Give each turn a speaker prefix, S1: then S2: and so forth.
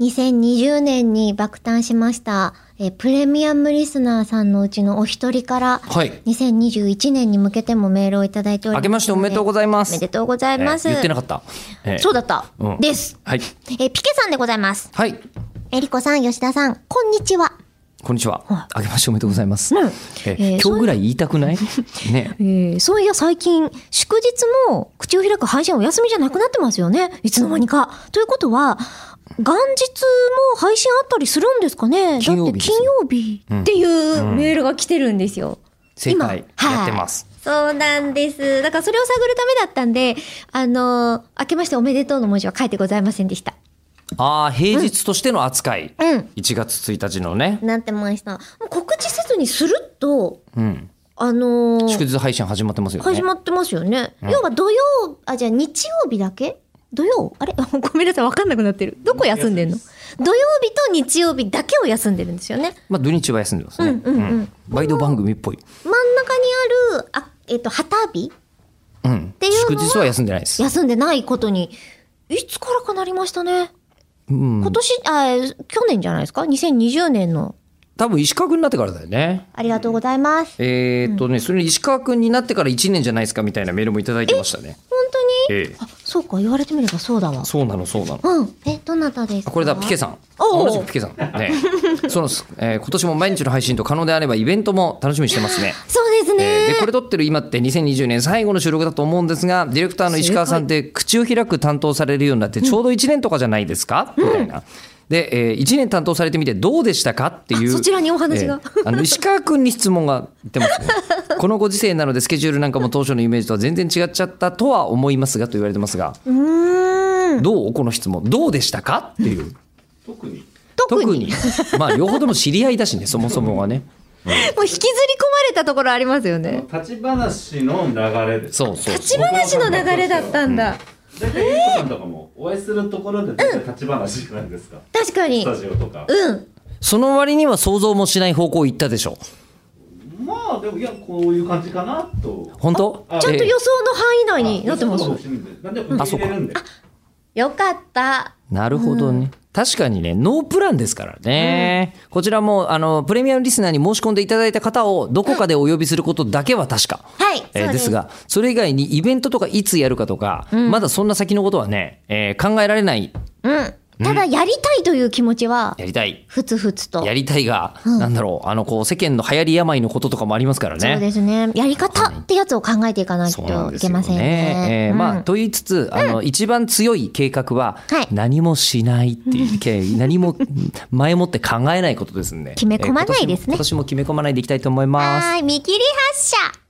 S1: 2020年に爆誕しました、えープレミアムリスナーさんのうちのお一人から、
S2: はい
S1: 2021年に向けてもメールをいただいておりますので。
S2: 明けましておめでとうございます
S1: おめでとうございます。
S2: えー言ってなかった、えー
S1: そうだった、
S2: うん
S1: です。
S2: は
S1: え
S2: い
S1: ーピケさんでございます。
S2: はい
S1: えりこさん、吉田さん、こんにちは。
S2: こんにちは、
S1: は
S2: 明けましておめでとうございます、
S1: うん
S2: えー
S1: えー
S2: 今日ぐらい言いたくない ね
S1: えー、そういや最近、祝日も口を開く配信お休みじゃなくなってますよね。いつの間にか。ということは、元日も配信あったりするんですかね
S2: 金曜
S1: だって
S2: 日ですよ
S1: 金曜日っていううメールが来てるんですよ。
S2: 正
S1: 今は
S2: 解
S1: い
S2: やってます、
S1: そうなんです。だからそれを探るためだったんで、あのー、明けましておめでとうの文字は書いてございませんでした。
S2: ああ平日としての扱い、
S1: うん。
S2: 1月1日のね、
S1: なってました。もう告知せずにするっと、
S2: うん、
S1: あのー
S2: 祝日配信始まってますよね
S1: 始まってますよね。要は土曜、あ、じゃあ日曜日だけ土曜あれ ごめんなさい、わかんなくなってる。どこ休んでんの土曜日と日曜日だけを休んでるんですよね。
S2: まあ土日は休んでますね、
S1: うんうんうん
S2: バイト番組っぽい、
S1: 真ん中にある、あ、えっ、と、旗日
S2: うん
S1: ていう
S2: 祝
S1: のは
S2: 日は休んでないです、
S1: 休んでないことに、いつからかなりましたね。
S2: うん
S1: 今、年、あ、去年じゃないですか ?2020 年の。
S2: 多分石川君になってからだよね
S1: ありがとうございます。
S2: えーっとね、それに石川君になってから1年じゃないですかみたいなメールもいただいてましたね。
S1: 本当に
S2: ええ
S1: あ、そうか、言われてみればそうだわ。
S2: そうなのそうなの。
S1: うん。え、どなたですか
S2: あこれだピケさん。
S1: おう
S2: 同じくピケさ ん。ね、そうなんです、えー今年も毎日の配信と可能であればイベントも楽しみにしてますね。
S1: そうですね。
S2: えーでこれ撮ってる今って2020年最後の収録だと思うんですがディレクターの石川さんって口を開く担当されるようになってちょうど1年とかじゃないですか、みたいな。で、え1年担当されてみてどうでしたかっていう
S1: あそちらにお話が
S2: えーあの石川君に質問がいっ てますねこのご時世なのでスケジュールなんかも当初のイメージとは全然違っちゃったとは思いますがと言われてますが
S1: うーん。
S2: どうこの質問どうでしたかっていう
S1: 特に。
S2: まあ両方とも知り合いだしねそもそもはね
S1: もう引きずり込まれたところありますよね。
S3: 立ち話の流れです。
S2: そうそう
S1: 立ち話の流れだったんだ。
S3: 大体、ゆうこさんとかも、お会いするところで、絶対立ち話じゃないですか。
S1: 確かに。
S3: ス
S1: う
S3: タジオとか。
S1: ん。
S2: その割には想像もしない方向行ったでしょ
S3: まあ、でも、いや、こういう感じかなと。
S2: 本当
S3: あ
S1: ちゃんと
S2: えー
S1: 予想の範囲内になってます。
S3: あそうかもしれないなんで、受け入れるんで。
S1: よかった。
S2: なるほどね、確かにねノープランですからね、こちらもあのプレミアムリスナーに申し込んでいただいた方をどこかでお呼びすることだけは確か、
S1: はい。そう
S2: えーです。がそれ以外にイベントとかいつやるかとか、まだそんな先のことはね、えー考えられない
S1: うん。ただ、やりたいという気持ちは、
S2: やりたい
S1: ふつふつと。
S2: やりたいが、なんだろうあのこう世間の流行り病のこととかもありますから
S1: そう
S2: ね。
S1: ですね。やり方ってやつを考えていかない
S2: そうなん
S1: と
S2: で
S1: い
S2: す
S1: け
S2: よ
S1: ませんね。
S2: えー
S1: うん
S2: まあ、と言いつつ、あの、一番強い計画は
S1: はい、
S2: 何もしないっていう、け 何も前もって考えないことですんで。
S1: 決め込まないですね
S2: えー今年も今年も決め込まないでいきたいと思います。
S1: はーい。見切り発車。